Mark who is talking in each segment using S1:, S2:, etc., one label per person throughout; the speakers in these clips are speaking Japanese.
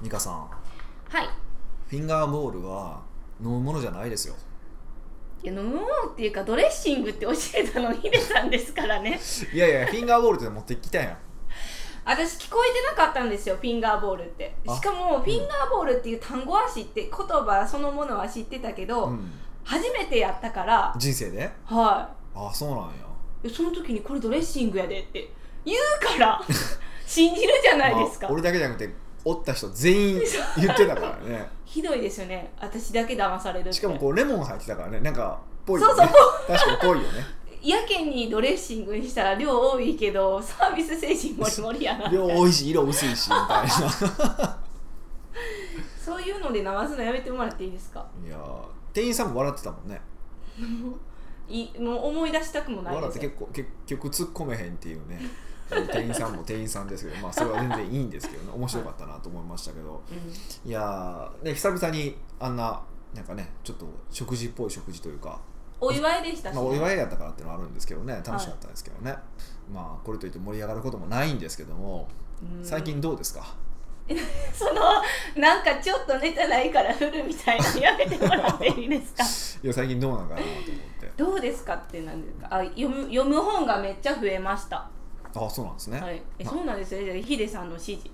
S1: 美香さん
S2: はい
S1: フィンガーボールは飲むものじゃないですよ
S2: いや飲むものっていうかドレッシングって教えたのヒデさんですからね
S1: いやいやフィンガーボールって持ってきたやん
S2: 私聞こえてなかったんですよフィンガーボールって
S1: あ
S2: しかもフィンガーボールっていう単語は知って言葉そのものは知ってたけど、
S1: うん、
S2: 初めてやったから
S1: 人生で
S2: は
S1: あそうなんや
S2: いその時にこれドレッシングやでって言うから 信じるじゃないですか、
S1: まあ俺だけじゃなくておった人全員言ってたから ね
S2: ひどいですよね私だけ騙されるって
S1: しかもこうレモン入ってたからねなんかぽい
S2: そ
S1: よ
S2: うそう
S1: ね確かにぽいよね
S2: やけにドレッシングにしたら量多いけどサービス精神もりもりやなって
S1: 量 多いし色薄いしみたいな
S2: そういうので流すのやめてもらっていいですか
S1: いやー店員さんも笑ってたもんね
S2: いもう思い出したくもない
S1: 笑
S2: で
S1: って
S2: す
S1: 結構結局突っ込めへんっていうね店員さんも店員さんですけどまあそれは全然いいんですけどね面白かったなと思いましたけど
S2: うん
S1: いやーね久々にあんななんかねちょっと食事っぽい食事というか、
S2: お祝いでしたし、
S1: まあ、お祝いやったからっていうのはあるんですけどね楽しかったですけどね、まあこれといって盛り上がることもないんですけども
S2: うん
S1: 最近どうですか、
S2: そのなんかちょっとネタないから振るみたいなのやめてもらっていいです か
S1: いや最近どうなんかなと思って
S2: どうですかってなんですかあ読む読む本がめっちゃ増えました
S1: あそうなんですね、
S2: はいえ
S1: まあ
S2: そうなんですよねヒデさんの指示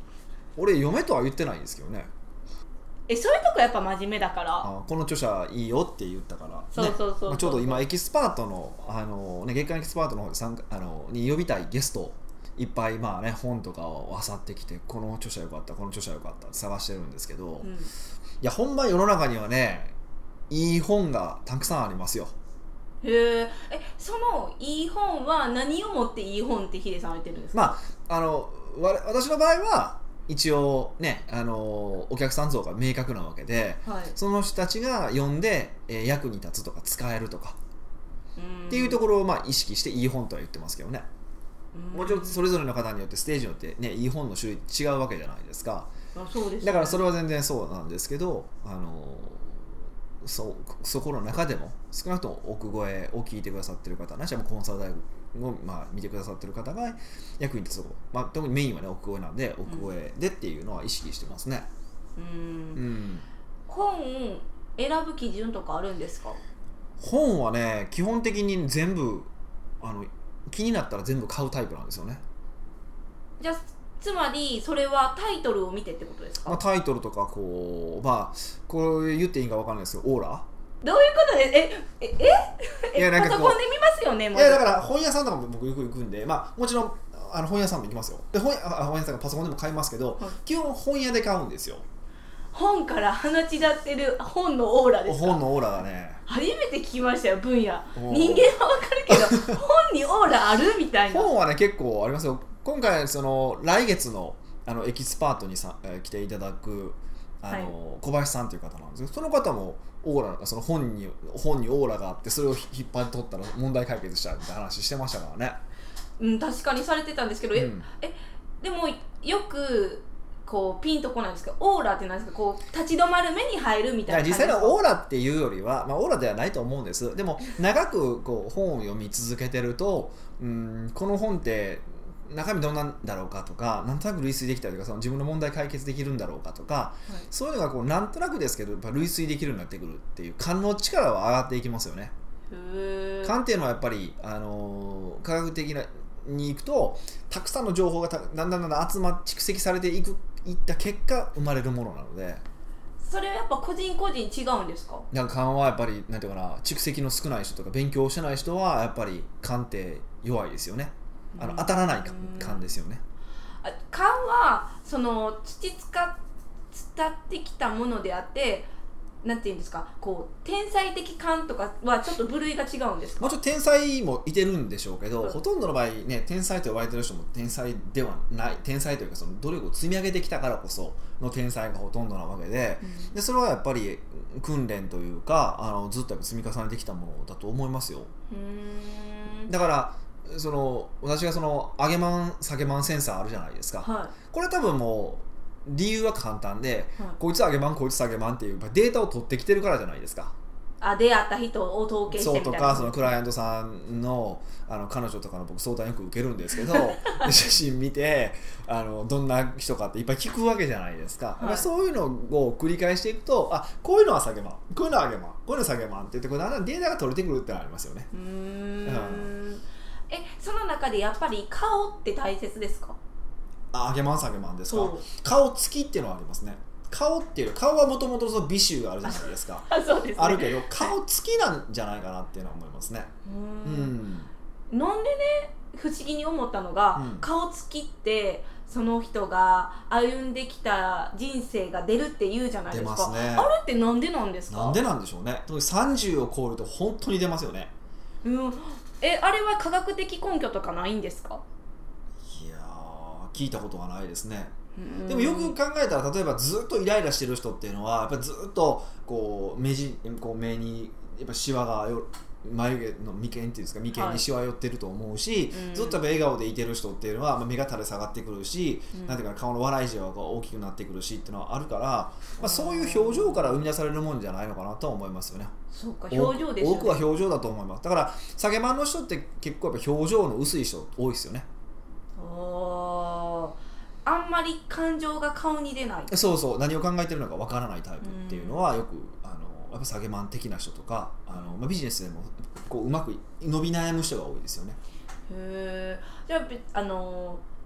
S1: 俺嫁とは言ってないんですけどね
S2: えそういうとこやっぱ真面目だから
S1: あこの著者いいよって言ったから、ね、
S2: そうそうそうそう
S1: まあちょうど今エキスパートのあの、ね、月間エキスパートの方で参加あのに呼びたいゲストをいっぱいまあ、ね、本とかを漁ってきてこの著者よかったこの著者よかったって探してるんですけど、
S2: う
S1: い
S2: ん
S1: やほんま世の中にはねいい本がたくさんありますよ
S2: へーえそのいい本は何をもっていい本ってヒデさんは言ってるんですか、
S1: まああのわ私の場合は一応ねあのお客さん像が明確なわけで
S2: はい、
S1: その人たちが読んで、えー役に立つとか使えるとか
S2: っ
S1: っていうと
S2: こ
S1: ころをまあ意識していい本とは言ってますけどね、もちろんそれぞれの方によってステージによってねいい本の種類違うわけじゃないですか
S2: あそうですね
S1: だからそれは全然そうなんですけどあのそそこの中でも少なくとも奥越えを聞いてくださってる方なしはもうコンサル大学を、まあ、見てくださってる方が役に立つとこ、まあ、特にメインはね奥越えなんで奥越えでっていうのは意識してますね、
S2: う
S1: うんん、
S2: 本選ぶ基準とかあるんですか
S1: 本はね基本的に全部あの気になったら全部買うタイプなんですよね
S2: じゃあつまりそれはタイトルを見てってことですか、
S1: まあ、タイトルとかこうまあこれ言っていいんか分かんないですけどオーラ
S2: どういうことでええ え
S1: いや
S2: え
S1: なん
S2: パ
S1: かこ
S2: ソ
S1: う
S2: コンで見ますよね
S1: い
S2: もう
S1: やだから本屋さんとかも僕よく行くんでまあもちろんあの本屋さんも行きますよで本屋あ本屋さんがパソコンでも買いますけど、
S2: はい
S1: 基本本屋で買うんですよ
S2: 本から放ち立ってる本のオーラですか
S1: 本のオーラがね
S2: 初めて聞きましたよ分野
S1: おー
S2: 人間はわかるけど 本にオーラあるみたいな
S1: 本はね結構ありますよ今回その来月のあのエキスパートにさえー来ていただくあの、小林さんという方なんですけどその方もオーラその本に本にオーラがあってそれを引っ張り取ったら問題解決したみたいな話してましたからね、
S2: うん確かにされてたんですけど、
S1: う
S2: え
S1: ん、
S2: でもよくこうピンとこないんですけどオーラってなんですかこう立ち止まる目に入るみ
S1: だか
S2: た
S1: ら
S2: いな
S1: 実際
S2: 感じですか
S1: のオーラっていうよりは、まあ、オーラではないと思うんですでも長くこう本を読み続けてるとうんこの本って中身どんなんだろうかとかなんとなく類推できたりとかその自分の問題解決できるんだろうかとか、そういうのがこうなんとなくですけどやっぱ類推できるようになってくるっていう勘の力は上がっていきますよね。
S2: へー
S1: 勘っていうのはやっぱり、あのー科学的なに行くとたくさんの情報がただんだんだんだん集まっ蓄積されていくいった結果生まれるものなので。
S2: それはやっぱ個人個人違うんですか
S1: なんか勘はやっぱりなんていうかな蓄積の少ない人とか勉強してない人はやっぱり勘って弱いですよねあの当たらない勘
S2: うん
S1: 勘ですよね
S2: あ勘はその土使伝ってきたものであってなんていうんですかこう天才的勘とかはちょっと部類が違うんです
S1: も
S2: か
S1: ちろん天才もいてるんでしょうけど、
S2: うん
S1: ほとんどの場合ね天才と呼ばれてる人も天才ではない天才というかその努力を積み上げてきたからこその天才がほとんどなわけででそれはやっぱり訓練というかあのずっとやっぱ積み重ねてきたものだと思いますよ
S2: うんうーん
S1: だからその私がその上げまん下げまんセンサーあるじゃないですか、
S2: は
S1: これ多分もう理由は簡単で
S2: いはい
S1: こいつ上げまんこいつ下げまんっていうやっぱデータを取ってきてるからじゃないですか
S2: あ出会った人を統計し
S1: そ
S2: て
S1: う
S2: み
S1: と
S2: たいな
S1: かそのクライアントさんのあの彼女とかの僕相談よく受けるんですけ どで写真見てあのどんな人かっていっぱい聞くわけじゃないですか、
S2: はい
S1: やっぱりそういうのを繰り返していくとあこういうのは下げまんこういうのは上げまんこういうのは下げまんって言ってこうだんだんデータが取れてくるってのはありますよね
S2: うーん
S1: う
S2: えその中でやっぱり顔って大切ですか
S1: あ上げまん下げまんですか
S2: そう
S1: 顔つきっていうのはありますね顔っていう顔はもともとその美醜があるじゃないですか
S2: あそうです、ね、
S1: あるけど顔つきなんじゃないかなっていうのは思いますね
S2: うー
S1: うんん
S2: なんでね不思議に思ったのが、
S1: うん
S2: 顔つきってその人が歩んできた人生が出るって言うじゃないで
S1: 出
S2: すか
S1: ますね
S2: あれってなんでなんですか
S1: なんでなんでしょうね特に30を超えると本当に出ますよね
S2: うん、えあれは科学的根拠とかないんですか、
S1: いやー聞いたことはないですねでもよく考えたら例えばずっとイライラしてる人っていうのはやっぱずっとこう目じこう目にやっぱシワがよ眉毛の眉間っていうんですか眉間にシワ寄ってると思うし、
S2: うん
S1: ずっとやっぱ笑顔でいてる人っていうのはまあ目が垂れ下がってくるし、
S2: うん
S1: なんていうかな顔の笑いじわが大きくなってくるしっていうのはあるから、まあ、そういう表情から生み出されるもんじゃないのかなとは思いますよね。
S2: そうか表情ですよ
S1: 多くは表情だと思いますだから下げまんの人って結構やっぱ表情の薄い人多いですよね
S2: おーあんまり感情が顔に出ない
S1: そうそう何を考えてるのかわからないタイプっていうのはよく、あのやっぱ下げまん的な人とかあの、まあ、ビジネスでもこううまく伸び悩む人が多いですよね
S2: へーじゃあべあのー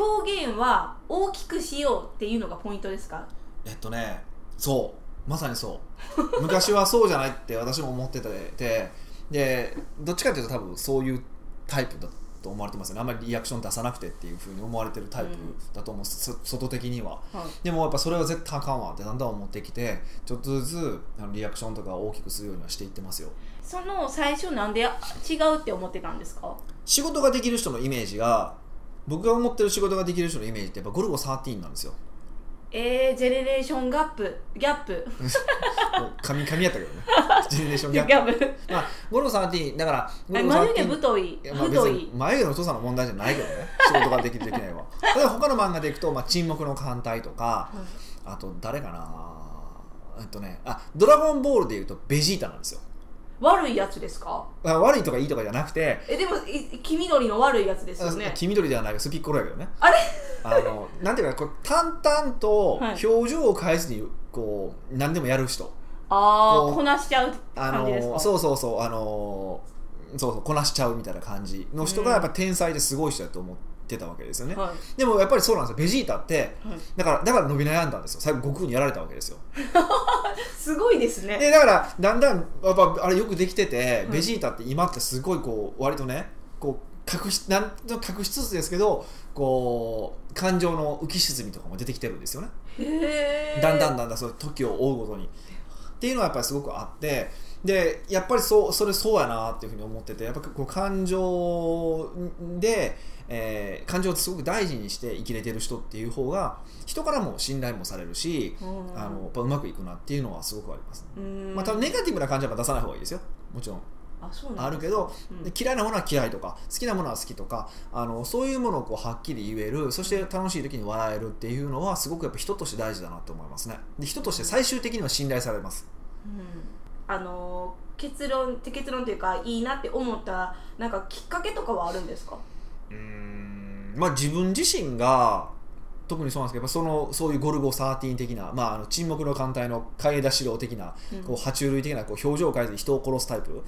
S2: 表現は大きくしようっていうのがポイントですか
S1: えっとねそうまさにそう昔はそうじゃないって私も思っててでどっちかというと多分そういうタイプだと思われてますよねあんまりリアクション出さなくてっていうふうに思われてるタイプだと思う、そ外的には
S2: はい
S1: でもやっぱそれは絶対あかんわってだんだん思ってきてちょっとずつあのリアクションとかを大きくするようにはしていってますよ
S2: その最初なんであ違うって思ってたんですか
S1: 仕事ができる人のイメージが僕が思ってる仕事ができる人のイメージってやっぱゴルゴ13なんですよ
S2: えー、ジェネレーションギャップギャップ
S1: もう神々やったけどねジェネレーション
S2: ギ
S1: ギ ャ
S2: ャ
S1: ップ
S2: ップ
S1: まあゴルゴ13だからゴルゴ
S2: 眉毛
S1: 13
S2: 太い
S1: いやまあ、別
S2: 太
S1: に
S2: い
S1: 眉毛の太さの問題じゃないけどね 仕事ができるできないはただ他の漫画でいくと、まあ、沈黙の艦隊とかあと誰かなえっとねあドラゴンボールでいうとベジータなんですよ
S2: 悪いやつですか
S1: あ悪いとかいいとかじゃなくて
S2: えでもい黄緑の悪いやつですよね
S1: 黄緑ではないけどスピッコロやけどね
S2: あれ
S1: あのなんていうかこう淡々と
S2: はい
S1: 表情を変えずにこう何でもやる人
S2: あ
S1: こう
S2: あこなしちゃう
S1: あ
S2: 感じです
S1: の
S2: か
S1: そうそうそうあのそうそうこなしちゃうみたいな感じの人が
S2: うん
S1: やっぱ天才ですごい人だと思ってたわけですよね、
S2: はい
S1: でもやっぱりそうなんですよベジータって
S2: はい
S1: だからだから伸び悩んだんですよ最後悟空にやられたわけですよ
S2: すごいですね
S1: でだからだんだんやっぱあれよくできてて、
S2: うん
S1: ベジータって今ってすごいこう割とねこう隠しなんと隠しつつですけどこう感情の浮き沈みとかも出てきてるんですよね、
S2: へえ
S1: だんだんだんだんそういう時を追うごとにっていうのはやっぱりすごくあってでやっぱりそうそれそうやなっていうふうに思っててやっぱこう感情で、えー感情をすごく大事にして生きれてる人っていう方が人からも信頼もされるし、
S2: うん
S1: あのやっぱうまくいくなっていうのはすごくありますね、
S2: うん
S1: まあ、多分ネガティブな感じは出さない方がいいですよもちろん
S2: あそうな
S1: あ
S2: ん
S1: る
S2: だ
S1: けど、
S2: うん
S1: で嫌いなものは嫌いとか好きなものは好きとかあのそういうものをこうはっきり言えるそして楽しい時に笑えるっていうのはすごくやっぱ人として大事だなと思いますねで人として最終的には信頼されます
S2: うんあのー結論って結論というかいいなって思ったなんかきっかけとかはあるんですか
S1: うーんまあ自分自身が特にそうなんですけどやっぱそのそういうゴルゴ13的な、まあ、あの沈黙の艦隊の海枝四郎的な
S2: うん
S1: こう爬虫類的なこう表情を変えずに人を殺すタイプ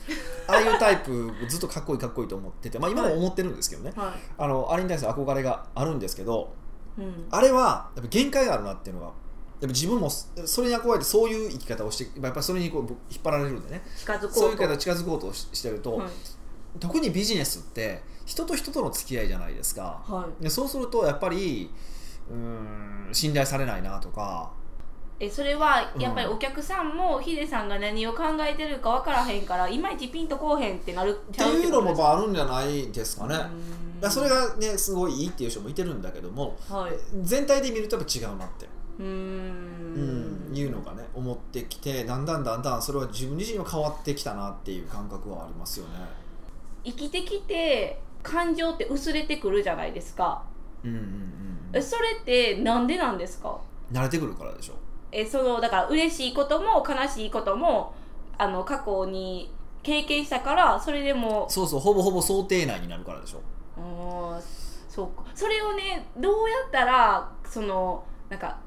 S1: ああいうタイプずっとかっこいいかっこいいと思ってて、まあ、今も思ってるんですけどね
S2: は
S1: あのあれに対する憧れがあるんですけど
S2: い、うん、
S1: あれはやっぱ限界があるなっていうのがやっぱ自分もそれに憧れてそういう生き方をしてやっぱりそれにこう引っ張られるんでね
S2: 近づこうと
S1: そういう生き方に近づこうとししてると、
S2: はい
S1: 特にビジネスって人と人との付き合いじゃないですか
S2: はい、
S1: でそうするとやっぱりうーん信頼されないなとか
S2: えそれはやっぱりお客さんもヒデさんが何を考えてるか分からへんからいまいちピンとこうへんってなる
S1: っていうのも
S2: あ
S1: まああるんじゃないですかね、だか
S2: うん
S1: らそれがねすごいいいっていう人もいてるんだけども
S2: はい
S1: 全体で見るとやっぱ違うなって
S2: うーん
S1: うん、いうのがね思ってきてだんだんだんだんそれは自分自身は変わってきたなっていう感覚はありますよね。
S2: 生きてきて感情って薄れてくるじゃないですか
S1: うんうんうんう
S2: え
S1: ん、
S2: それってなんでなんですか
S1: 慣れてくるからでしょ
S2: えそのだから嬉しいことも悲しいこともあの過去に経験したからそれでも
S1: そうそうほぼほぼ想定内になるからでしょ
S2: うーんそうかそれをねどうやったらそのなんか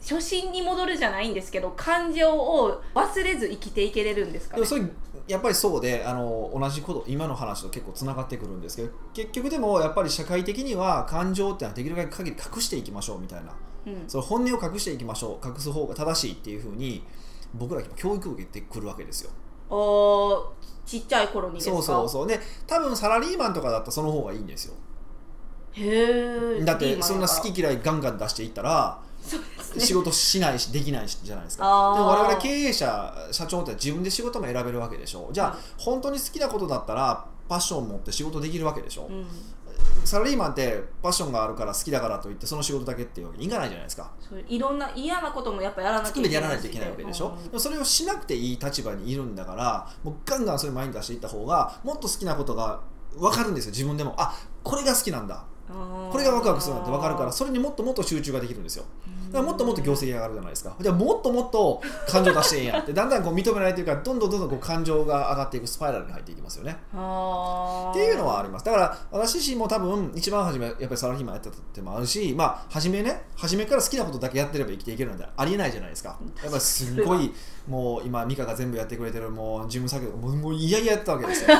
S2: 初心に戻るじゃないんですけど感情を忘れず生きていけれるんですか
S1: でも
S2: ね
S1: それやっぱりそうであの同じこと今の話と結構つながってくるんですけど結局でもやっぱり社会的には感情ってのはできる限り隠していきましょうみたいな
S2: うん
S1: その本音を隠していきましょう隠す方が正しいっていうふうに僕ら教育を受けてくるわけですよ
S2: おーちっちゃい頃にですか
S1: そうそうそうで多分サラリーマンとかだったらその方がいいんですよ
S2: へえ
S1: だってそんな好き嫌いガンガン出していったら
S2: そうですね
S1: 仕事しないしできないしじゃないですか
S2: あー
S1: でも我々経営者社長って自分で仕事も選べるわけでしょじゃあ、
S2: うん
S1: 本当に好きなことだったらパッション持って仕事できるわけでしょ、
S2: うん
S1: サラリーマンってパッションがあるから好きだからといってその仕事だけっていうわけにいかないじゃないですか
S2: そういろんな嫌なこともやっぱやらなきゃ
S1: 含めてやらないといけないわけでしょ、
S2: うん
S1: でもそれをしなくていい立場にいるんだからもうガンガンそれ前に出していった方がもっと好きなことが分かるんですよ自分でもあこれが好きなんだ
S2: あー
S1: これがワクワクするなんて分かるからそれにもっともっと集中ができるんですよだからもっともっと業績が上がるじゃないですかじゃあもっともっと感情出してええやんってだんだんこう認められてるからどんどんどんどんこう感情が上がっていくスパイラルに入っていきますよね
S2: あー
S1: っていうのはありますだから私自身も多分一番初めやっぱりサラリーマンやってたってもあるしまあ初めね初めから好きなことだけやってれば生きていけるなんてありえないじゃないですかやっぱりすっごいもう今美香が全部やってくれてるもう事務作業もうもう嫌々やってたわけですよ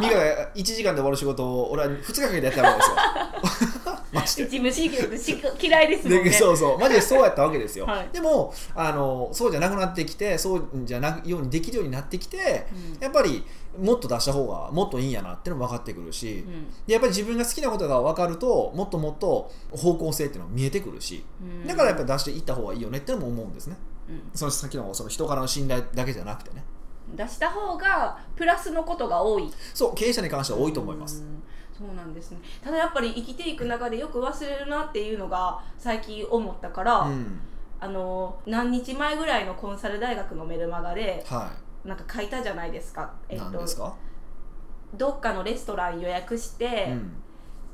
S1: 美香が1時間で終わる仕事を俺は2日かけてやったわけですよマジで
S2: 事務仕事し嫌いですも
S1: で
S2: んね
S1: そうそうマジでそうやったわけですよ、
S2: はい
S1: でもあのそうじゃなくなってきてそうじゃないようにできるようになってきて
S2: うん
S1: やっぱりもっと出した方がもっといいんやなってのも分かってくるし、でやっぱり自分が好きなことが分かるともっともっと方向性っていうのが見えてくるし
S2: うん
S1: だからやっぱり出していった方がいいよねってのも思うんですね
S2: うん
S1: そのさっきのその人からの信頼だけじゃなくてね
S2: 出した方がプラスのことが多い
S1: そう経営者に関しては多いと思います、
S2: うんそうなんですねただやっぱり生きていく中でよく忘れるなっていうのが最近思ったから、
S1: うん
S2: あの何日前ぐらいのコンサル大学のメルマガで
S1: は
S2: なんか書いたじゃないですか、
S1: い、何ですか、
S2: どっかのレストラン予約して、
S1: うん、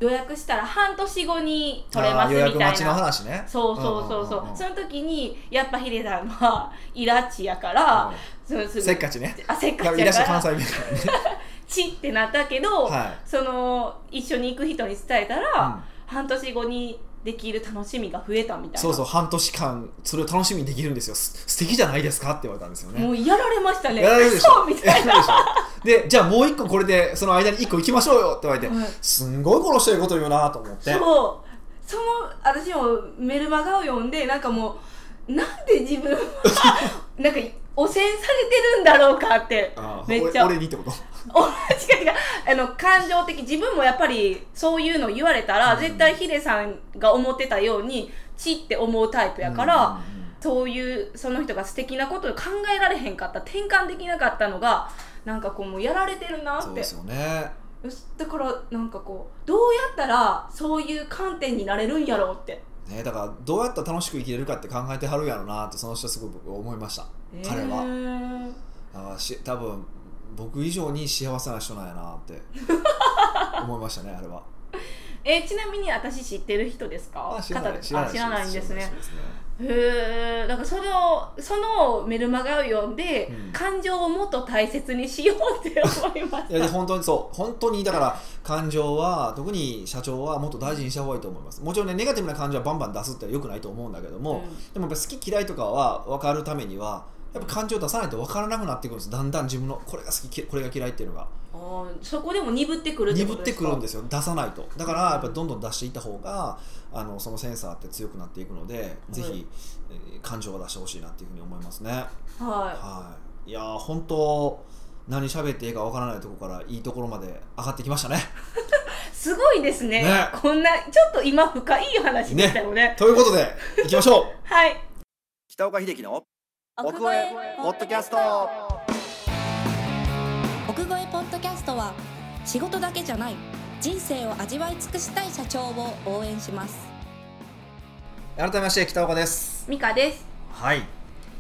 S2: 予約したら半年後に取れ
S1: あ
S2: ま
S1: ー
S2: す
S1: 予
S2: み
S1: 約
S2: た
S1: 待
S2: い
S1: ちの
S2: な
S1: 話ね
S2: そうそうそうそう,、
S1: んんんん
S2: その時にやっぱヒデさんはイラチやから、そのす
S1: う
S2: ぐ
S1: んせっかちね
S2: あせっ
S1: いら
S2: か
S1: っし
S2: ち
S1: ゃ
S2: や
S1: る
S2: か
S1: 関西
S2: ら
S1: 弁からね
S2: チってなったけど、
S1: はい
S2: その一緒に行く人に伝えたら、
S1: うん
S2: 半年後にできる楽しみが増えたみたいな
S1: そうそう半年間それを楽しみにできるんですよす素敵じゃないですかって言われたんですよ
S2: も
S1: ね
S2: うやられましたね
S1: やられるで しょ
S2: そうみたい
S1: やられるでしょでじゃあもう一個これでその間に一個行きましょうよって言われて、
S2: な、はい
S1: すんごい殺してること言うなと思って
S2: そうその私もメルマガを読んでなんかもうなんで自 分はなんか汚染されてるんだろうかって
S1: あー
S2: めっちゃ
S1: 俺俺にってこと
S2: お違う違うあの感情的自分もやっぱりそういうの言われたら、
S1: うん
S2: 絶対ヒデさんが思ってたようにチって思うタイプやから、
S1: うん
S2: そういうその人が素敵なことを考えられへんかった転換できなかったのがなんかこうもうやられてるな
S1: そう
S2: って
S1: ですよね
S2: よしだからなんかこうどうやったらそういう観点になれるんやろうって、
S1: ねだからどうやったら楽しく生きれるかって考えてはるやろうなってその人はすごい僕思いました彼は
S2: へー
S1: あーし多分僕以上に幸せな人なんやなって思いましたねあれは
S2: えちなみに私知ってる人ですか
S1: あ知らな
S2: 方
S1: い
S2: です あ知らないんです
S1: 知ら
S2: ね
S1: ないですね
S2: へえだからそのそのメルマガを読んで、
S1: うん
S2: 感情をもっと大切にしようって思いまし
S1: いやで
S2: た
S1: 本当にそう本当にだから感情は特に社長はもっと大事にした方がいいと思いますもちろんねネガティブな感情はバンバン出すってよくないと思うんだけども、でもやっぱ好き嫌いとかは分かるためにはやっぱ感情を出さないと分からなくなってくるんですだんだん自分のこれが好きこれが嫌いっていうのが
S2: うんあーそこでも鈍ってくるってこ
S1: 鈍っ
S2: とで
S1: て
S2: す
S1: く
S2: か
S1: るんですよ出さないとだからやっぱりどんどん出していった方があのそのセンサーって強くなっていくので、ぜひ、えー感情を出してほしいなっていうふうに思いますね。
S2: は
S1: はい、いやー本当何喋っていいかわからないところからいいところまで上がってきましたね。
S2: いすごいですね
S1: ね
S2: こんなちょっと今深い話でしたよね
S1: ということでいきましょう
S2: はい
S1: 北岡秀樹の奥越えポッドキャスト
S3: 奥越えポッドキャストは仕事だけじゃない人生を味わい尽くしたい社長を応援します
S1: 改めまして北岡です
S2: ミカです
S1: はい、
S2: 今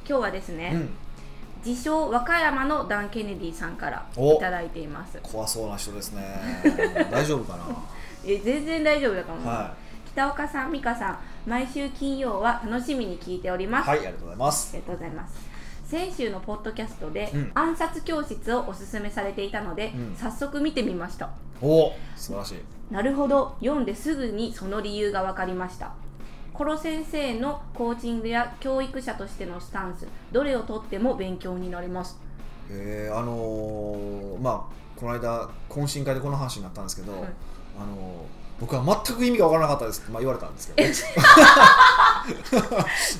S2: 日はです
S1: う
S2: ね、
S1: ん、
S2: 自称和歌山のダン・ケネディさんから
S1: お
S2: いただいています
S1: 怖そうな人ですね 大丈夫か
S2: え全然大丈夫だと思い
S1: な
S2: ます、
S1: は
S2: 北岡さん美香さん毎週金曜は楽しみに聞いており
S1: い、
S2: ます、
S1: はい、ありがとうございます
S2: ありがとうございます先週のポッドキャストで、
S1: うん
S2: 暗殺教室をおすすめされていたので、
S1: うん
S2: 早速見てみました
S1: おお素晴らしい
S2: なるほど読んですぐにその理由が分かりましたコロ先生のコーチングや教育者としてのスタンスどれをとっても勉強になります
S1: えー、あのー、まあこの間懇親会でこの話になったんですけど、
S2: はい
S1: あのー僕は全く意味が分からなかったですって、まあ、言われたんですけど、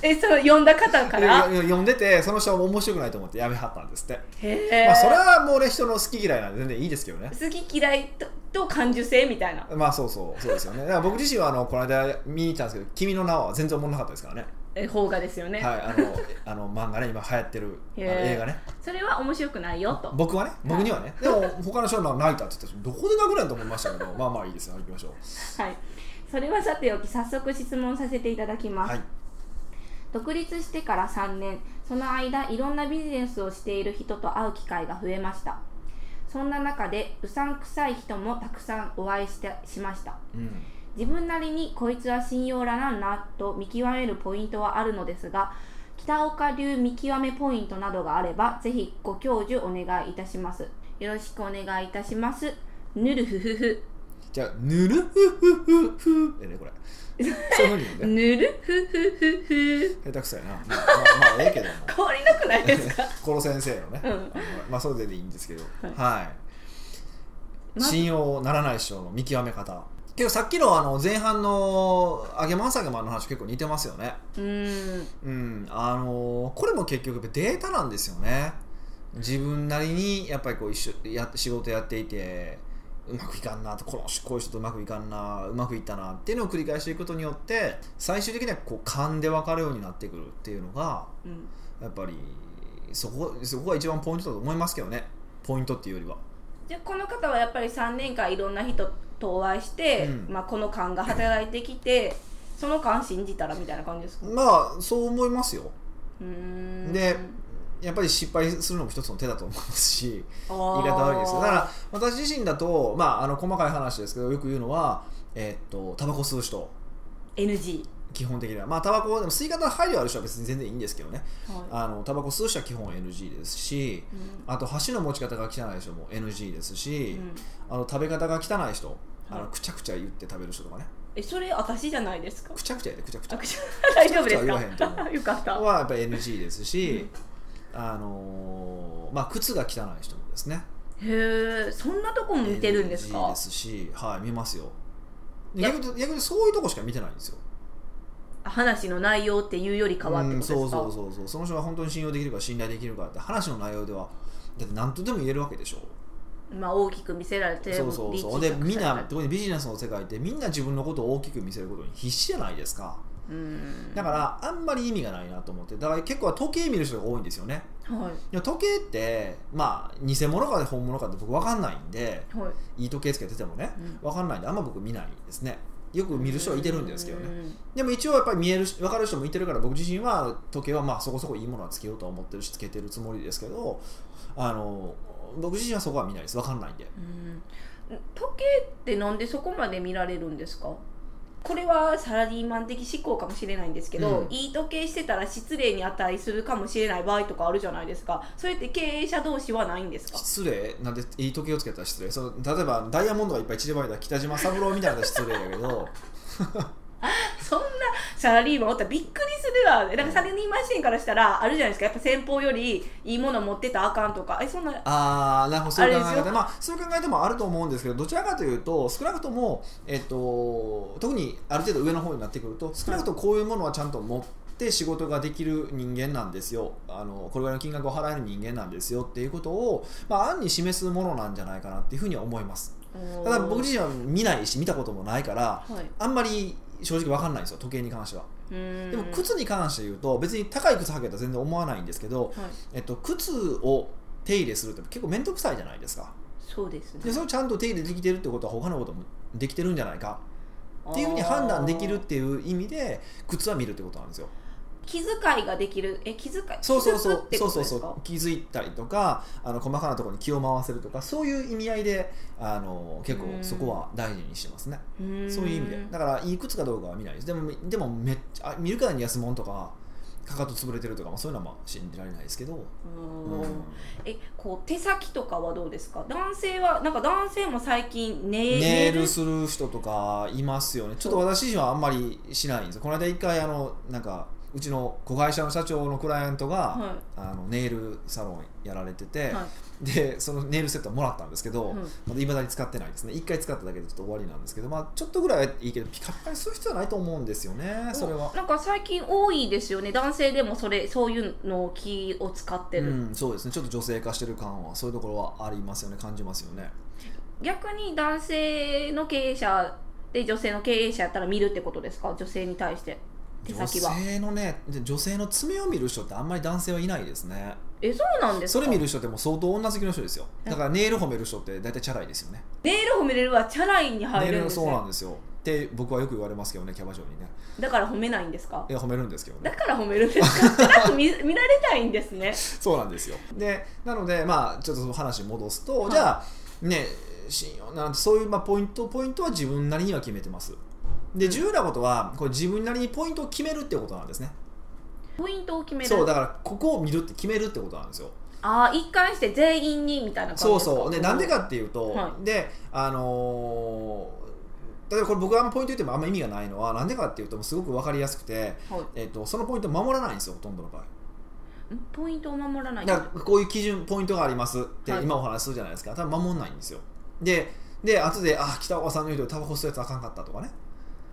S2: えその読んだ方か
S1: いや
S2: ら
S1: いや読んでてその人は面白くないと思ってやめはったんですって、
S2: へえ、
S1: まあそれはもう俺人の好き嫌いなんで全然いいですけどね
S2: 好き嫌いとと感受性みたいな
S1: まあそうそうそうですよねだから僕自身はあのこの間見に行ったんですけど「君の名は」全然おもんなかったですからね
S2: え方がですよね、
S1: はいあの あの漫画ね今流行ってるあの
S2: へえ
S1: 映画ね
S2: それは面白くないよと
S1: 僕はね僕にはねでも他の人は泣いたって言ったしどこで泣くねんと思いましたけどまあまあいいですよ行きましょ
S2: はいそれはさておき早速質問させていただき
S1: う
S2: ます、
S1: はい
S2: 独立してから3年その間いろんなビジネスをしている人と会う機会が増えましたそんな中でうさんくさい人もたくさんお会いしてしました
S1: うん
S2: 自分なりにこいつは信用らなんなと見極めるポイントはあるのですが北岡流見極めポイントなどがあればぜひご教授お願いいたしますよろしくお願いいたしますぬるふふふ
S1: じゃあ「ぬるふふふふ」えね これそういうふうに言うんだよ
S2: ぬるふふふふ
S1: 下手くそやなまあまあまあええけども
S2: 変わりなくないですか
S1: コロ先生のね、
S2: うん
S1: あの まあそれでいいんですけど
S2: は
S1: はいい、
S2: ま
S1: 信用ならない人の見極め方けどさっきのあの前半の上げまん下げまんの話結構似てますよね
S2: うーん
S1: うんあのこれも結局データなんですよね自分なりにやっぱりこう一緒や仕事やっていてうまくいかんなとこの人こういう人とうまくいかんなうまくいったなっていうのを繰り返していくことによって最終的にはこう勘で分かるようになってくるっていうのが
S2: うん
S1: やっぱりそこそこが一番ポイントだと思いますけどねポイントっていうよりは
S2: じゃあこの方はやっぱり3年間いろんな人とお会いして、
S1: うん
S2: まあ、この感が働いてきてその感信じたらみたいな感じですか
S1: まあそう思いますよ
S2: うーん
S1: でやっぱり失敗するのも一つの手だと思いますし
S2: 言い
S1: 言い方悪いですよだから私自身だと、まあ、あの細かい話ですけどよく言うのはえーっとタバコ吸う人
S2: NG、
S1: 基本的にはまあタバコでも吸い方配慮ある人は別に全然いいんですけどね
S2: は
S1: あのタバコ吸う人は基本 NG ですし
S2: いうん
S1: あと箸の持ち方が汚い人も NG ですし、
S2: うん
S1: あの食べ方が汚い人あ
S2: は
S1: の
S2: い
S1: くちゃくちゃ言って食べる人とかね
S2: えそれ私じゃないですか
S1: くちゃくちゃやでくちゃくちゃ
S2: あ口大丈夫です
S1: 言わへんと思
S2: か よかった
S1: はやっぱり NG ですし、あのーまあ、靴が汚い人もですね
S2: へえそんなとこも見てるんです
S1: NG
S2: か
S1: ですし、はい、見ますよ
S2: いや
S1: 逆に逆にそういうとこしか見てないんですよ
S2: 話の内容っていうよりかはって
S1: う
S2: こ
S1: ん
S2: とです
S1: そ
S2: か
S1: うそうそうそうその人が本当に信用できるか信頼できるかって話の内容ではだって何とでも言えるわけでしょ
S2: まあ、大きく見せられて
S1: そうそう
S2: リーチ
S1: そうで
S2: たくさ
S1: みん
S2: やられ
S1: な
S2: て
S1: 特にビジネスの世界ってみんな自分のことを大きく見せることに必死じゃないですか
S2: うん
S1: だからあんまり意味がないなと思ってだから結構は時計見る人が多いんですよね
S2: はい
S1: でも時計ってまあ偽物か本物かって僕分かんないんで
S2: はい、
S1: いい時計つけててもね
S2: うん
S1: 分かんないんであんま僕見ないですねよく見る人はいてるんですけどねでも一応やっぱり見えるし分かる人もいてるから僕自身は時計はまあそこそこいいものはつけようとは思ってるしつけてるつもりですけどあの僕自身はそこは見ないです分かんないんで
S2: うんうん時計ってなんでそこまで見られるんですかこれはサラリーマン的思考かもしれないんですけど、
S1: うん
S2: いい時計してたら失礼に値するかもしれない場合とかあるじゃないですかそれって経営者同士はないんですか
S1: 失礼なんでいい時計をつけたら失礼その例えばダイヤモンドがいっぱい散りばめた北島三郎みたいな失礼だけど
S2: そんなサラリーマンおったらびっくりするわなんかサラリーマン視点からしたらあるじゃないですかやっぱ先方よりいいもの持ってたらあかんとかえそんな
S1: ああなるほどそういう考
S2: あ
S1: え
S2: れです
S1: 方まあそういう考え方もあると思うんですけどどちらかというと少なくとも、えっと、特にある程度上の方になってくると少なくともこういうものはちゃんと持って仕事ができる人間なんですよあのこれぐらいの金額を払える人間なんですよっていうことを、まあ、暗に示すものなんじゃないかなっていうふうには思いますただ僕自身は見ないし見たこともないから
S2: はい
S1: あんまり正直わかんないんですよ時計に関しては
S2: で
S1: でも靴に関して言うと別に高い靴履けたら全然思わないんですけど、
S2: はい、
S1: えっと、靴を手入れするって結構面倒くさいじゃないですか
S2: そうです
S1: で
S2: ね
S1: それをちゃんと手入れできてるってことは他のこともできてるんじゃないかっていうふうに判断できるっていう意味で靴は見るってことなんですよ
S2: 気遣いができるえ気遣い
S1: そうそうそ
S2: 気遣っ
S1: う
S2: て
S1: そ
S2: こ
S1: う
S2: と
S1: そう
S2: です
S1: そ
S2: か
S1: う気づいたりとかあの細かなところに気を回せるとかそういう意味合いであの結構そこは大事にしてますねそういう意味でだからいい靴かどうかは見ないですでもでもめっちゃあ見るからに安物とかかかと潰れてるとか、まあ、そういうのはまあ信じられないですけど、うん
S2: えこう手先とかはどうですか男性はなんか男性も最近ネ
S1: ネ
S2: ネ
S1: イルする人とかいますよねちょっと私自身はあんまりしないんですよこの間一回あのなんかうちの子会社の社長のクライアントが、
S2: は
S1: あのネイルサロンやられてて、
S2: い、は
S1: でそのネイルセットもらったんですけど、
S2: い、うん
S1: まだ未だに使ってないですね1回使っただけでちょっと終わりなんですけど、まあ、ちょっとぐらいはいいけどピカピカにする必要はないと思うんですよねそれは。
S2: なんか最近多いですよね男性でもそれそういうのを気を使ってる、
S1: うん、そうですねちょっと女性化してる感はそういうところはありますよね感じますよね
S2: 逆に男性の経営者で女性の経営者やったら見るってことですか女性に対して手
S1: 女
S2: 先は
S1: 性のね女性の爪を見る人ってあんまり男性はいないですね
S2: えそうなんです
S1: そ
S2: か
S1: れ見る人ってもう相当女好きの人ですよだからネイル褒める人って大体チャラいですよね
S2: ネイル褒めれるはチャラいに入
S1: ネイ
S2: るん
S1: ル
S2: です
S1: そうな
S2: ね
S1: んですよって僕はよく言われますけどねキャバ嬢にね
S2: だから褒めないんですか
S1: いや褒めるんですけどね
S2: だ から褒める んですかだから見見られたいんですね
S1: そうなんですよ。でなのでまあちょっとその話に戻すと、
S2: はい
S1: じゃあね信用なんてそういうまあポイントポイントは自分なりには決めてます。で
S2: うん
S1: 重要なことはこれ自分なりにポイントを決めるってことなんですね。
S2: ポイントを決める
S1: そうだからここを見るって決めるってことなんですよ。
S2: ああ一貫して全員にみたいな感じ
S1: そ
S2: で
S1: う
S2: すか
S1: そう。でなんでかっていうと、
S2: は
S1: であのー例えばこれ僕があんまポイント言ってもあんま意味がないのはなんでかっていうともうすごく分かりやすくて、
S2: はい
S1: えっとそのポイントを守らないんですよほとんどの場合。
S2: んポイントを守らない
S1: だからこういう基準ポイントがありますって
S2: はい
S1: 今お話しするじゃないですか、多分守んないんですよでで後であ北岡さんの言うとタバコ吸うやつあかんかったとかね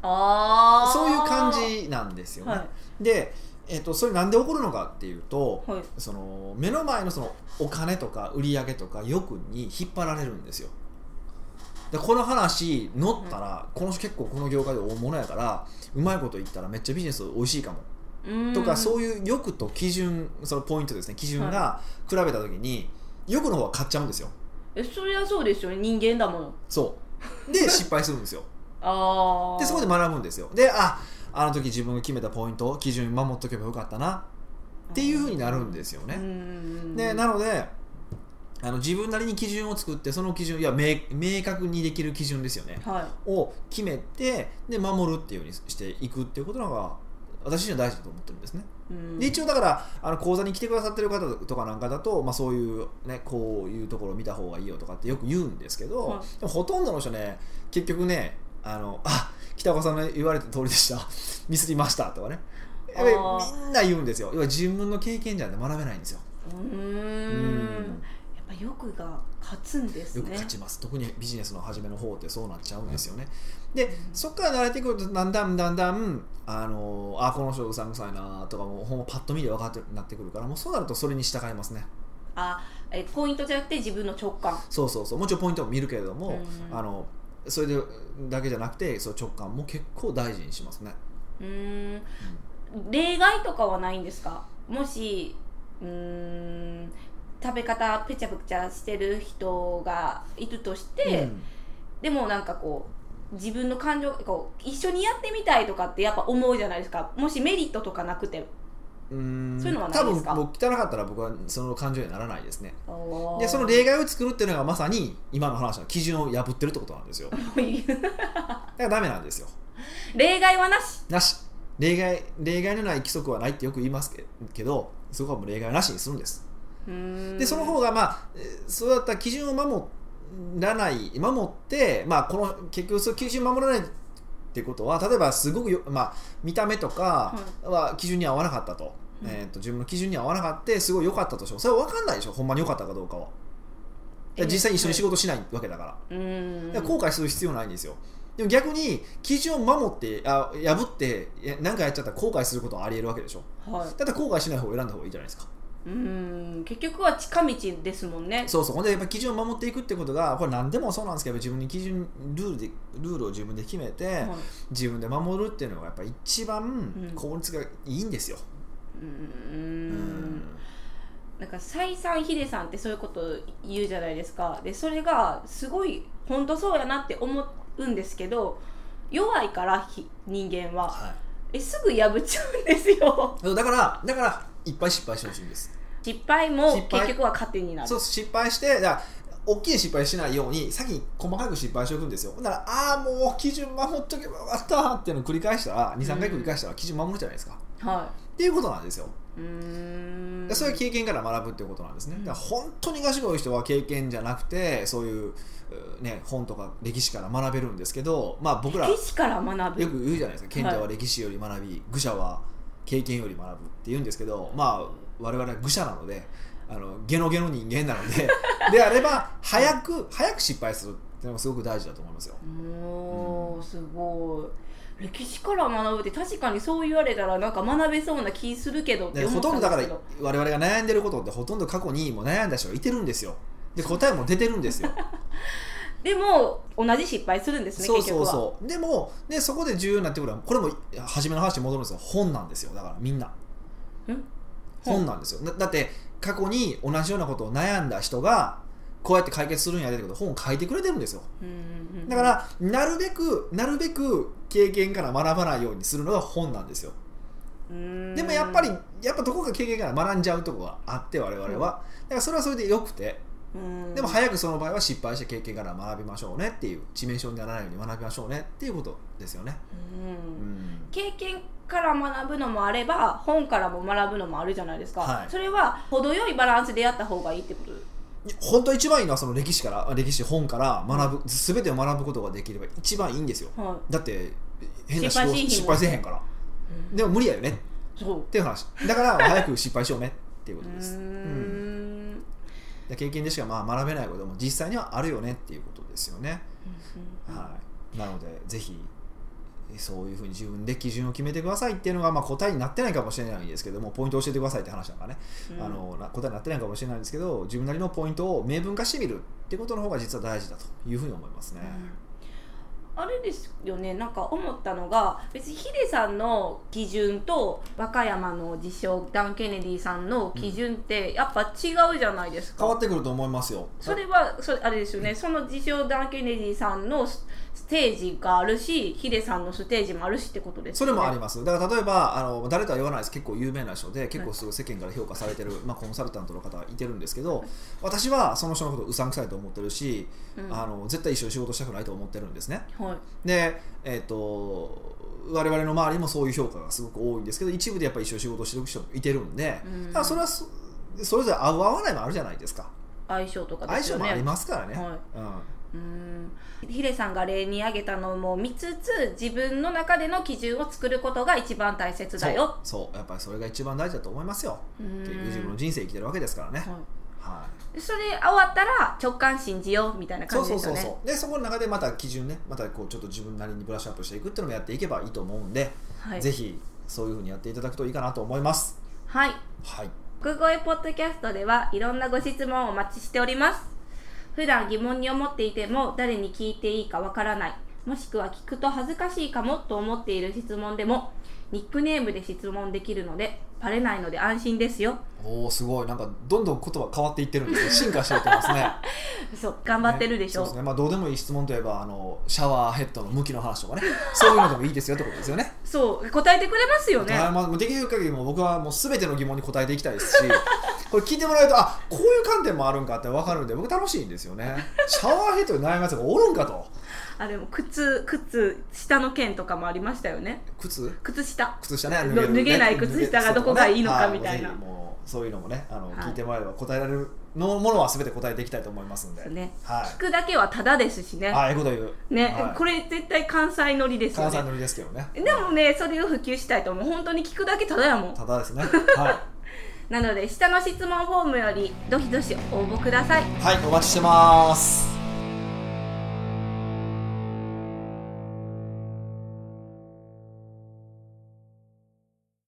S2: ああ
S1: そういう感じなんですよね、
S2: は
S1: で、えっとそれなんで起こるのかっていうと、
S2: いはい
S1: その目の前のそのお金とか売り上げとか欲に引っ張られるんですよでこの話乗ったら、この人結構この業界で大物やからうまいこと言ったらめっちゃビジネス美味しいかもとかそう
S2: い
S1: いう欲と基準そのポイントですね基準が比べた時に欲の方は買っちゃうんですよ
S2: えそりゃそうですよね人間だもん
S1: そうで失敗するんですよ
S2: ああ
S1: でそこで学ぶんですよでああの時自分が決めたポイント基準守っとけばよかったなっていうふうになるんですよね、
S2: ね
S1: でなのであの自分なりに基準を作ってその基準いや明明確にできる基準ですよね
S2: はい
S1: を決めてで守るっていうようにしていくっていうことの方が私には大事だと思ってるんですね
S2: うん
S1: で一応だからあの講座に来てくださってる方とかなんかだと、まあ、そういうねこういうところを見た方がいいよとかってよく言うんですけど、
S2: はい
S1: でもほとんどの人ね結局ねあのあ北岡さんの言われた通りでしたミスりましたとかねやっぱり
S2: あー
S1: みんな言うんですよ要は自分の経験じゃ学べないんですよ
S2: うー
S1: うん
S2: んやっぱ欲が勝つんです
S1: よく
S2: ね
S1: 勝ちます、特にビジネスの初めの方ってそうなっちゃうんですよね、でそこから慣れてくるとだんだんだんだんあのあこの人うさんくさいなとかもうほんまパッと見で分かってなってくるからもうそうなるとそれに従いますね
S2: あえポイントじゃなくて自分の直感
S1: そうそうそうもちろんポイントも見るけれども、
S2: うん
S1: あのそれでだけじゃなくてそう直感も結構大事にしますね、
S2: うーん例外とかはないんですかもしうーん食べ方ペチャペチャしてる人がいるとして、
S1: うん
S2: でもなんかこう自分の感情こう一緒にやってみたいとかってやっぱ思うじゃないですかもしメリットとかなくて
S1: うん
S2: そういうのはないですか
S1: 多分僕汚かったら僕はその感情にはならないですねで
S2: で
S1: その例外を作るっていうのがまさに今の話の基準を破ってるってことなんですよだからダメなんですよ
S2: 例外はなし
S1: なし例外例外のない規則はないってよく言いますけけどそこはもう例外なしにするんですで
S2: で
S1: その方がまあえーそういった基準を守らない守って、まあ、この結局その基準守らないってことは例えばすごくよ、まあ、見た目とかは基準に合わなかったと,、
S2: うん
S1: えー、と自分の基準に合わなかったすごい良かったとしてもそれは分かんないでしょほんまに良かったかどうかは。だから実際に一緒に仕事しないわけだから,、
S2: うーん
S1: だから後悔する必要ないんですよでも逆に基準を守ってあ破ってえなんかやっちゃったら後悔することはありえるわけでしょ
S2: はい、
S1: だって後悔しない方を選んだ方がいいじゃないですか
S2: うーん結局は近道ですもんね
S1: そうそうほんでやっぱ基準を守っていくってことがこれ何でもそうなんですけど自分に基準ルールでルールを自分で決めて、
S2: はい
S1: 自分で守るっていうのがやっぱ一番
S2: うん
S1: 効率がいいんですよ、
S2: うー
S1: うん
S2: なんか採算ヒデさんってそういうこと言うじゃないですかでそれがすごい本当そうやなって思うんですけど弱いからひ人間は
S1: は
S2: えすぐ破っちゃうんですよ
S1: い、だからだからいっぱい失敗してほしいんです
S2: 失敗も
S1: 失敗
S2: 結局は糧になる
S1: そう失敗してだから大きい失敗しないように先に細かく失敗しておくんですよほんならああもう基準守っとけばよかったっていうのを繰り返したら23回繰り返したら基準守るじゃないですか、
S2: は
S1: っていうことなんですよ、
S2: うーん
S1: でそういう経験から学ぶっていうことなんですね、
S2: うん
S1: だから本当に賢い人は経験じゃなくてそういう、うね、本とか歴史から学べるんですけど、まあ、僕ら
S2: 歴史から学ぶ
S1: よく言うじゃないですか賢者は歴史より学び、愚者は経験より学ぶって言うんですけどまあ我々は愚者なのであのゲノゲノ人間なの でであれば早く早く失敗するってのがすごく大事だと思いますよ。
S2: もうすごい歴史から学ぶって確かにそう言われたらなんか学べそうな気するけどっ
S1: で
S2: て思
S1: ほ
S2: った
S1: とん
S2: ん
S1: ど
S2: で
S1: だ
S2: す
S1: か
S2: け
S1: ら
S2: ど
S1: 我々が悩んでることってほとんど過去にもう悩んだ人がいてるんですよ。で答えも出てるんですよ。
S2: でも同じ失敗するんですね
S1: そう
S2: 結
S1: そ
S2: 局
S1: う
S2: は
S1: そう。でもねそこで重要になってくるのはこれも初めの話に戻るんですよ本なんですよだからみんな。本なんですよだだって過去に同じようなことを悩んだ人がこうやって解決するんやでってことを本を書いてくれてるんですよ
S2: うんうんうん
S1: だからなるべくなるべく経験から学ばないようにするのが本なんですよ
S2: うーん
S1: でもやっぱりやっぱどこか経験から学んじゃうとこがあって我々はだからそれはそれでよくて
S2: うーん
S1: でも早くその場合は失敗した経験から学びましょうねっていう致命傷にならないように学びましょうねっていうことですよね
S2: う
S1: うんん
S2: 経験から学ぶのもあれば本からも学ぶのもあるじゃないですか、
S1: はい
S2: それは程よいバランスでやった方がいいってこと
S1: 本当一番いいのはその歴史から歴史本から学ぶ全てを学ぶことができれば一番いいんですよ
S2: はい、
S1: だって変な失
S2: 失敗しひんも
S1: 敗失
S2: ん
S1: 敗せえへんから
S2: うん
S1: でも無理やよねっ
S2: そう
S1: ていう話だから早く失敗しようねっていう
S2: う
S1: ことです
S2: ー
S1: うん
S2: ん
S1: で経験でしかまあ学べないことも実際にはあるよねっていうことですよね、
S2: うん
S1: はい、なのでぜひそういうふうに自分で基準を決めてくださいっていうのがまあ答えになってないかもしれないんですけどもポイントを教えてくださいって話だからね、
S2: うん
S1: あのな答えになってないかもしれないんですけど自分なりのポイントを明文化してみるってことの方が実は大事だというふうに思いますね、
S2: あれですよねなんか思ったのが別にヒデさんの基準と和歌山の自称ダン・ケネディさんの基準ってやっぱ違うじゃないですか、
S1: 変わってくると思いますよ
S2: それはそれあれですよね、その自称ダン・ケネディさんのスステージがあるしヒデさんのステージもあるしってことです
S1: そ
S2: よね
S1: れもありますだから例えばあの誰とは言わないです結構有名な人で結構すごい世間から評価され てる、まあ、コンサルタントの方がいてるんですけど私はその人のことうさんくさいと思ってるし、
S2: うん
S1: あの絶対一緒に仕事したくないと思ってるんですね
S2: はい
S1: でえっ、と我々の周りもそういう評価がすごく多いんですけど一部でやっぱり一緒に仕事してる人もいてるんで、
S2: うん
S1: だからそれはそそれぞれ合う合わないもあるじゃないですか
S2: 相性とかで
S1: 相
S2: す
S1: 性
S2: よね
S1: もありますからね、
S2: はい
S1: うん
S2: うーんヒデさんが例に挙げたのも見つつ自分の中での基準を作ることが一番大切だよ
S1: そうそうやっぱりそれが一番大事だと思いますよ
S2: うーん
S1: 結局自分の人生生きてるわけですからね、
S2: はい
S1: はい
S2: でそれ終わったら直感信じようみたいな
S1: そ
S2: 感
S1: う
S2: じ
S1: そ
S2: で
S1: う
S2: す
S1: そ
S2: よ
S1: うそ
S2: ね
S1: うでそこの中でまた基準ねまたこうちょっと自分なりにブラッシュアップしていくっていうのもやっていけばいいと思うんで、
S2: はい
S1: ぜひそういうふうにやっていただくといいかなと思います
S2: はい
S1: はい
S2: 国語へポッドキャストではいろんなご質問をお待ちしております普段疑問に思っていても誰に聞いていいかわからないもしくは聞くと恥ずかしいかもと思っている質問でもニックネームで質問できるのでバレないので安心ですよ
S1: おおすごいなんかどんどん言葉変わっていってるんですね進化していってますね
S2: そう頑張ってるでしょ、
S1: ねそうですねまあどうでもいい質問といえばあのシャワーヘッドの向きの話とかね そういうのでもいいですよってことですよね
S2: そう答えてくれますよね
S1: はいまあ、できる限りもう僕はもう全ての疑問に答えていきたいですし これ聞いてもらえるとあこういう観点もあるんかって分かるんで僕楽しいんですよ ねシャワーヘッドに悩むやつがおるんかと
S2: あでも靴靴下の件とかもありましたよね
S1: 靴
S2: 靴下
S1: 靴下ね脱
S2: ど
S1: げるね
S2: 脱げない靴下がどこがいいのか
S1: 脱げ
S2: みたいな
S1: はもうぜひもうそういうのもねあの、
S2: はい
S1: 聞いてもらえれば答えられるのものは全て答えていきたいと思いますんで、
S2: ね聞
S1: は
S2: くだけはタダですしね
S1: い、ああいうこと言う、
S2: ね、
S1: はい
S2: これ絶対関西乗りですよ
S1: 関
S2: ね
S1: 西乗りですけどね
S2: でもねそれを普及したいと思う本当に聞くだけただやもん
S1: ただです ねは
S2: なので下の質問フォームよりどしどし応募ください
S1: い、はい、お待ちしてます